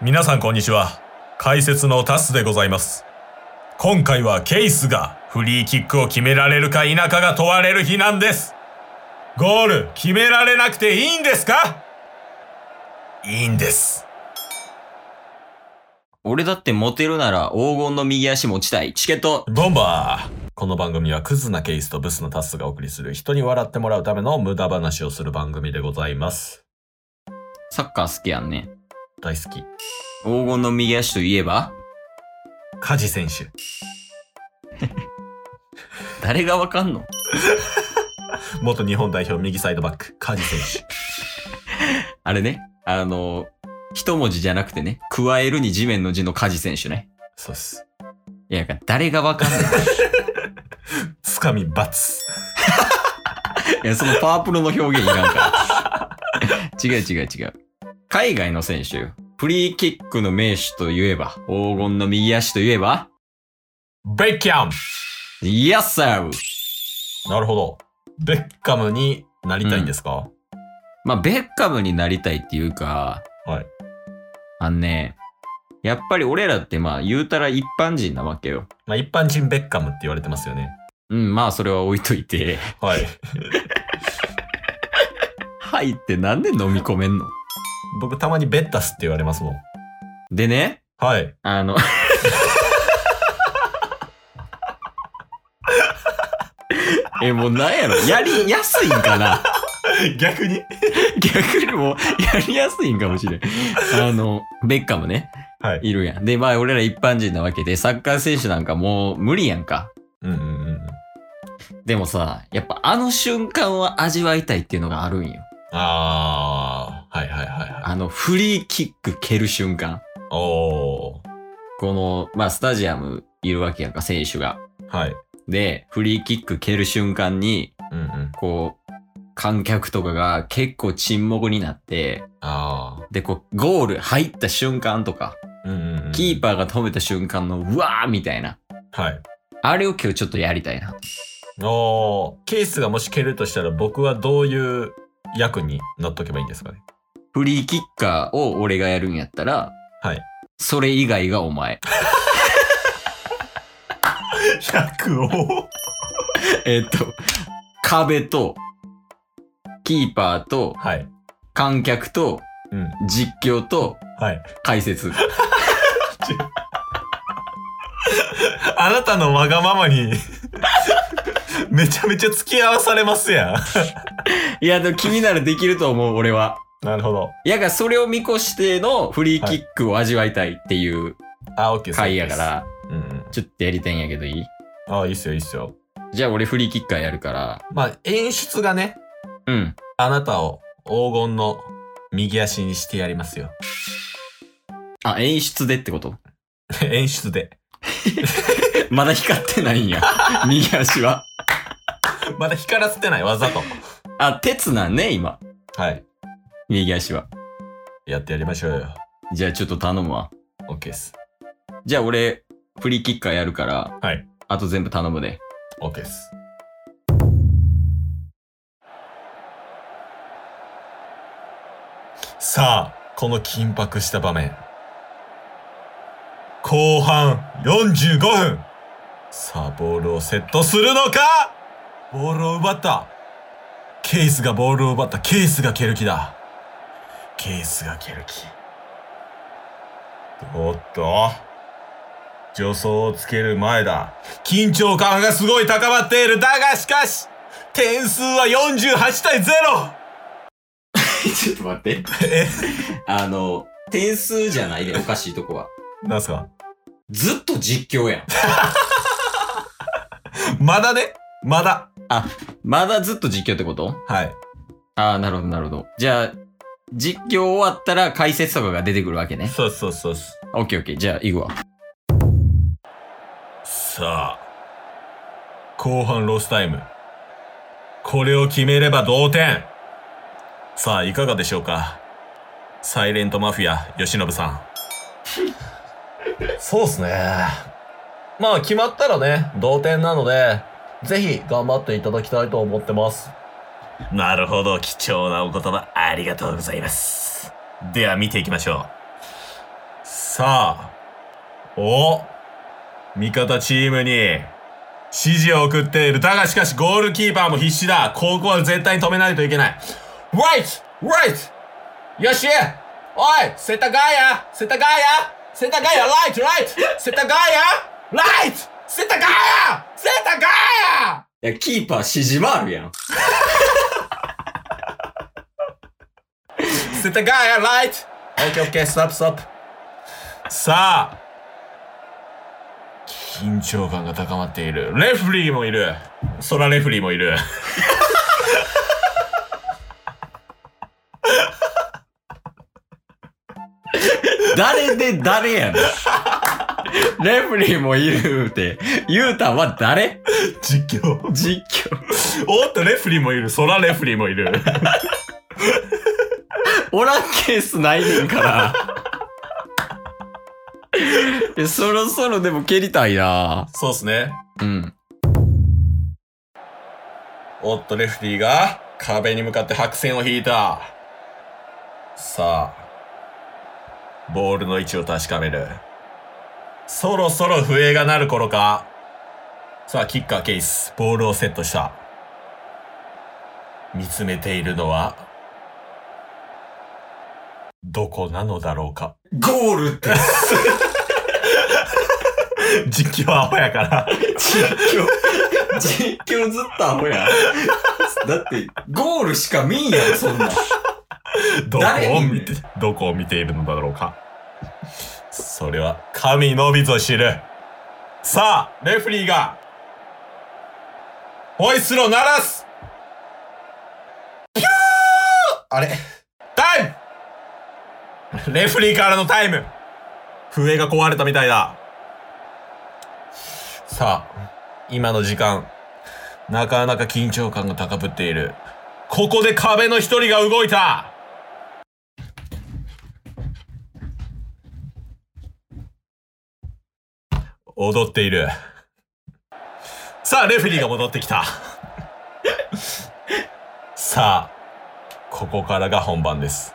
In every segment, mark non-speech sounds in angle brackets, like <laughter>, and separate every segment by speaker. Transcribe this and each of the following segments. Speaker 1: 皆さんこんにちは。解説のタスでございます。今回はケイスがフリーキックを決められるか否かが問われる日なんです。ゴール決められなくていいんですかいいんです。
Speaker 2: 俺だってモテるなら黄金の右足持ちたい。チケット
Speaker 1: ボンバーこの番組はクズなケイスとブスなタスがお送りする人に笑ってもらうための無駄話をする番組でございます。
Speaker 2: サッカー好きやんね。
Speaker 1: 大好き。
Speaker 2: 黄金の右足といえば
Speaker 1: カジ選手。
Speaker 2: 誰がわかんの
Speaker 1: 元日本代表右サイドバック、カジ選手。
Speaker 2: あれね。あの、一文字じゃなくてね、加えるに地面の字の梶選手ね。
Speaker 1: そうっす。
Speaker 2: いや、誰がわかんない。
Speaker 1: つかみ罰。
Speaker 2: <laughs> いや、そのパープルの表現いらんから。 <laughs> 違う違う違う。海外の選手、フリーキックの名手といえば、黄金の右足といえば、
Speaker 1: ベッキャム
Speaker 2: Yes, sir!
Speaker 1: なるほど。ベッカムになりたいんですか、
Speaker 2: まあ、ベッカムになりたいっていうか、
Speaker 1: はい。
Speaker 2: あのね、やっぱり俺らってまあ言うたら一般人なわけよ。
Speaker 1: まあ一般人ベッカムって言われてますよね。
Speaker 2: うん、まあそれは置いといて。 <laughs>
Speaker 1: はい。 <laughs>
Speaker 2: はいってなんで飲み込めんの
Speaker 1: 僕たまにベッタスって言われますもん。
Speaker 2: でね、
Speaker 1: はい。
Speaker 2: あの、 <laughs> え、もうなんやろやりやすいんかな
Speaker 1: <laughs>
Speaker 2: <laughs>
Speaker 1: 逆に
Speaker 2: 逆にもうやりやすいんかもしれん。あの、ベッカムね、
Speaker 1: はい。
Speaker 2: いるやん。で、まあ俺ら一般人なわけで、サッカー選手なんかもう無理やんか。
Speaker 1: うんうんうん。
Speaker 2: でもさ、やっぱあの瞬間を味わいたいっていうのがあるんよ。
Speaker 1: あー。はいはいはいは
Speaker 2: あの、フリーキック蹴る瞬間。
Speaker 1: い。お
Speaker 2: この、まあ、スタジアムいるわけやんか、選手が。
Speaker 1: ー。はい。
Speaker 2: で、フリーキック蹴る瞬間に、
Speaker 1: うんうん。
Speaker 2: こう、観客とかが結構沈黙になって、
Speaker 1: あ
Speaker 2: で、こう、ゴール入った瞬間とか、
Speaker 1: ー。うんうん、うん。
Speaker 2: キーパーが止めた瞬間の、うわーみたいな。
Speaker 1: ー。はい。
Speaker 2: あれを今日ちょっとやりたいな。
Speaker 1: おー。ケースがもし蹴るとしたら僕はどういう役になっとけばいいんですかね。
Speaker 2: フリーキッカーを俺がやるんやったら、
Speaker 1: はい。
Speaker 2: それ以外がお前。
Speaker 1: <laughs> 役を
Speaker 2: えっと、壁と、キーパーと、
Speaker 1: はい。
Speaker 2: 観客と、
Speaker 1: うん。
Speaker 2: 実況と、
Speaker 1: はい。
Speaker 2: 解説。
Speaker 1: あなたのわがままに、 <laughs> めちゃめちゃ付き合わされますや
Speaker 2: いや、でも君ならできると思う、俺は。
Speaker 1: ん。なるほど。
Speaker 2: いやが、それを見越してのフリーキックを味わいたいっていう
Speaker 1: あ、オッケー
Speaker 2: 回やか。ら、
Speaker 1: そうですうん
Speaker 2: ちょっとやりたいんやけどいい
Speaker 1: うん。あ、いいっすよ、いいっすよ。
Speaker 2: じゃあ俺フリーキッカーやるから、
Speaker 1: まあ、演出がね、
Speaker 2: うん。
Speaker 1: あなたを黄金の右足にしてやりますよ。 <laughs>
Speaker 2: あ、演出でってこと <laughs>
Speaker 1: 演出で。
Speaker 2: まだ光ってない <laughs> んや。右足は。
Speaker 1: まだ光らせてない、わざと。
Speaker 2: あ、鉄なんね、今。
Speaker 1: はい。
Speaker 2: 右足は。
Speaker 1: やってやりましょうよ。
Speaker 2: じゃあちょっと頼むわ。
Speaker 1: オッケーっす。
Speaker 2: じゃあ俺、フリーキッカーやるから、
Speaker 1: はい。
Speaker 2: あと全部頼むで。
Speaker 1: オッケーっす。さあ、この緊迫した場面。後半45分。さあ、ボールをセットするのかボールを奪った。ケースがボールを奪った。ケースが蹴る気だ。ケースが蹴る気。おっと。助走をつける前だ。緊張感がすごい高まっている。だがしかし、点数は48対 0!
Speaker 2: ちょっと待って。
Speaker 1: え
Speaker 2: <laughs> あの、点数じゃないで、おかしいとこは。
Speaker 1: なんすか
Speaker 2: ずっと実況やん。
Speaker 1: まだねまだ。
Speaker 2: まだずっと実況ってこと
Speaker 1: はい。
Speaker 2: ああ、なるほど、なるほど。じゃあ、実況終わったら解説とかが出てくるわけね。
Speaker 1: そうそうそうそう。
Speaker 2: オッケーオッケー。じゃあ、行くわ。
Speaker 1: さあ、後半ロスタイム。これを決めれば同点。さあ、いかがでしょうかサイレントマフィア、吉信さん。 <laughs> そうっすね。まあ、決まったらね、同点なので、ぜひ頑張っていただきたいと思ってます。なるほど、貴重なお言葉ありがとうございます。では、見ていきましょう。さあ、お味方チームに指示を送っている。だがしかしゴールキーパーも必死だ。ここは絶対に止めないといけない。Right! Right! よしおい世田谷世田谷世田谷 Right! Right! 世田谷 Right! 世田谷世田谷
Speaker 2: いや、キーパー指示もあるやん。
Speaker 1: 世田谷ライト !OKOK、ストップストップ。さあ、緊張感が高まっている。レフリーもいる。空レフリーもいる。
Speaker 2: 誰で誰やねん。レフリーもいるって、ゆうたんは誰
Speaker 1: 実況。
Speaker 2: 実況。
Speaker 1: おっと、レフリーもいる。空レフリーもいる。
Speaker 2: おらんケースないねん <laughs> から。えそろそろでも蹴りたいな
Speaker 1: そうっすね。
Speaker 2: うん。
Speaker 1: おっと、レフリーが壁に向かって白線を引いた。さあ、ボールの位置を確かめる。そろそろ笛が鳴る頃か。さあ、キッカーケース、ボールをセットした。見つめているのは、どこなのだろうか。
Speaker 2: ゴールって。
Speaker 1: 実況はアホやから。
Speaker 2: 実況、実況ずっとアホやん。だって、ゴールしか見んやん、そんなん。
Speaker 1: <laughs> どこを見て
Speaker 2: 誰、
Speaker 1: どこを見ているのだろうか。それは、神のみぞ知る。さあ、レフェリーが、ホイッスルを鳴らすピューあれタイムレフェリーからのタイム笛が壊れたみたいだ。さあ、今の時間、なかなか緊張感が高ぶっている。ここで壁の一人が動いた踊っている。さあ、レフェリーが戻ってきた。さあ、ここからが本番です。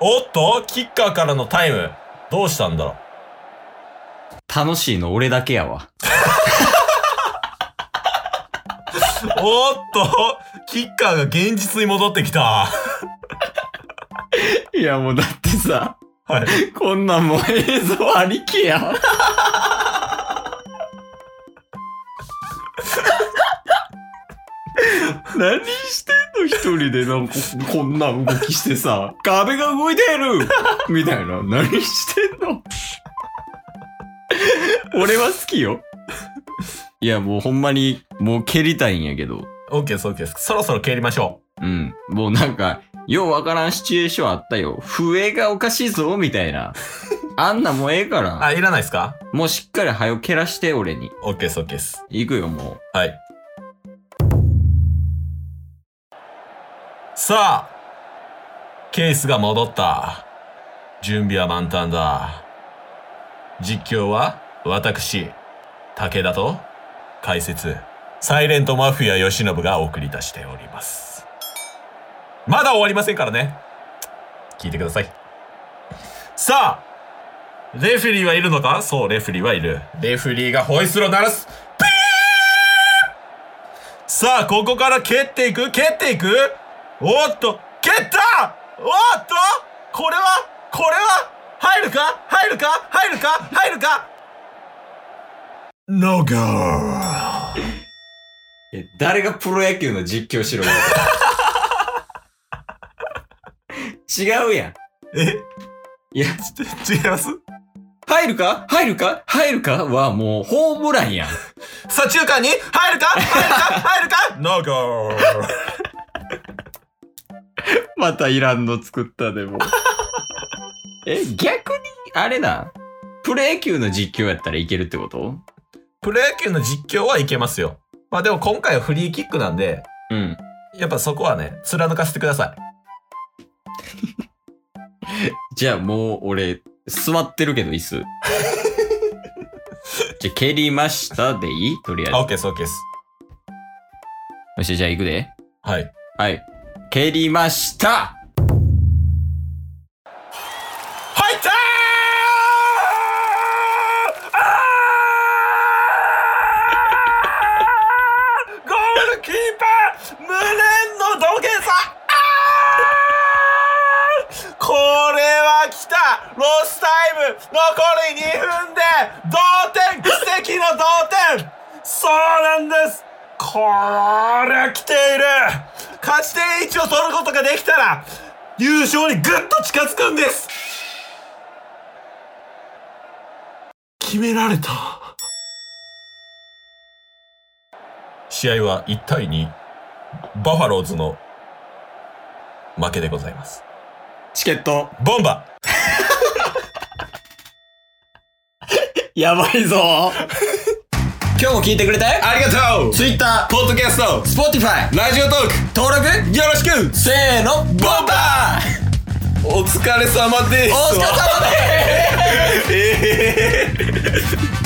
Speaker 1: おっと、キッカーからのタイム、どうしたんだろう
Speaker 2: 楽しいの俺だけやわ。
Speaker 1: おっと、キッカーが現実に戻ってきた。
Speaker 2: いや、もうだってさ、
Speaker 1: はい。
Speaker 2: こんなんもう映像ありきやん。 <laughs> 何してんの一人でなんかこんな動きしてさ、壁が動いてるみたいな。何してんの俺は好きよ。いや、もうほんまに、もう蹴りたいんやけど。
Speaker 1: オッケーです、オッケーです。そろそろ蹴りましょ
Speaker 2: うん。もうなんか、ようわからんシチュエーションあったよ。笛がおかしいぞ、みたいな。あんなもうええか
Speaker 1: う。
Speaker 2: ら。
Speaker 1: あ、いらないですか
Speaker 2: もうしっかり早よ蹴らして、俺に。
Speaker 1: オッケーです、オッケーです。
Speaker 2: 行くよ、も
Speaker 1: はい。さあ、ケースが戻った。準備は満タンだ。実況は、私、武田と、解説、サイレントマフィア吉信がお送り出しております。まだ終わりませんからね。聞いてください。さあ、レフェリーはいるのかそう、レフェリーはいる。レフェリーがホイッスルを鳴らす。さあ、ここから蹴っていく蹴っていくおっと蹴ったおっとこれはこれは入るか入るか入るか入るかノーゴー
Speaker 2: う。え、誰がプロ野球の実況しろよ。違うやん。
Speaker 1: え
Speaker 2: いや、
Speaker 1: ち違います
Speaker 2: 入るか入るか入るかはもうホームランやん。
Speaker 1: さあ、中間に入るか入るか
Speaker 2: <laughs>
Speaker 1: 入るかノーゴー
Speaker 2: またいらんの作ったでも。 <laughs> え、逆に、あれだ。プロ野球の実況やったらいけるってこと
Speaker 1: プロ野球の実況はいけますよ。まあでも今回はフリーキックなんで、
Speaker 2: うん。
Speaker 1: やっぱそこはね、貫かせてください。
Speaker 2: じゃあもう俺、座ってるけど椅 <laughs> 子。じゃあ蹴りましたでいいとりあえず
Speaker 1: あ、オッケーです、オッケーです。。
Speaker 2: よし、じゃあ行くで。
Speaker 1: はい。
Speaker 2: はい。蹴りました
Speaker 1: 入ったーー来たロスタイム残り2分で同点奇跡の同点そうなんですこれ来ている勝ち点1を取ることができたら優勝にぐっと近づくんです決められた試合は1対2バファローズの負けでございます
Speaker 2: チケット。
Speaker 1: ボンバ
Speaker 2: やばいぞ <laughs> 今日も聞いてくれてありがとう !Twitter、
Speaker 1: ポッドキャスト
Speaker 2: Spotify、
Speaker 1: ラジオトー
Speaker 2: 登録
Speaker 1: クよろしく
Speaker 2: せーの、ボンバー
Speaker 1: お疲れ様です
Speaker 2: お疲れ様です
Speaker 1: えー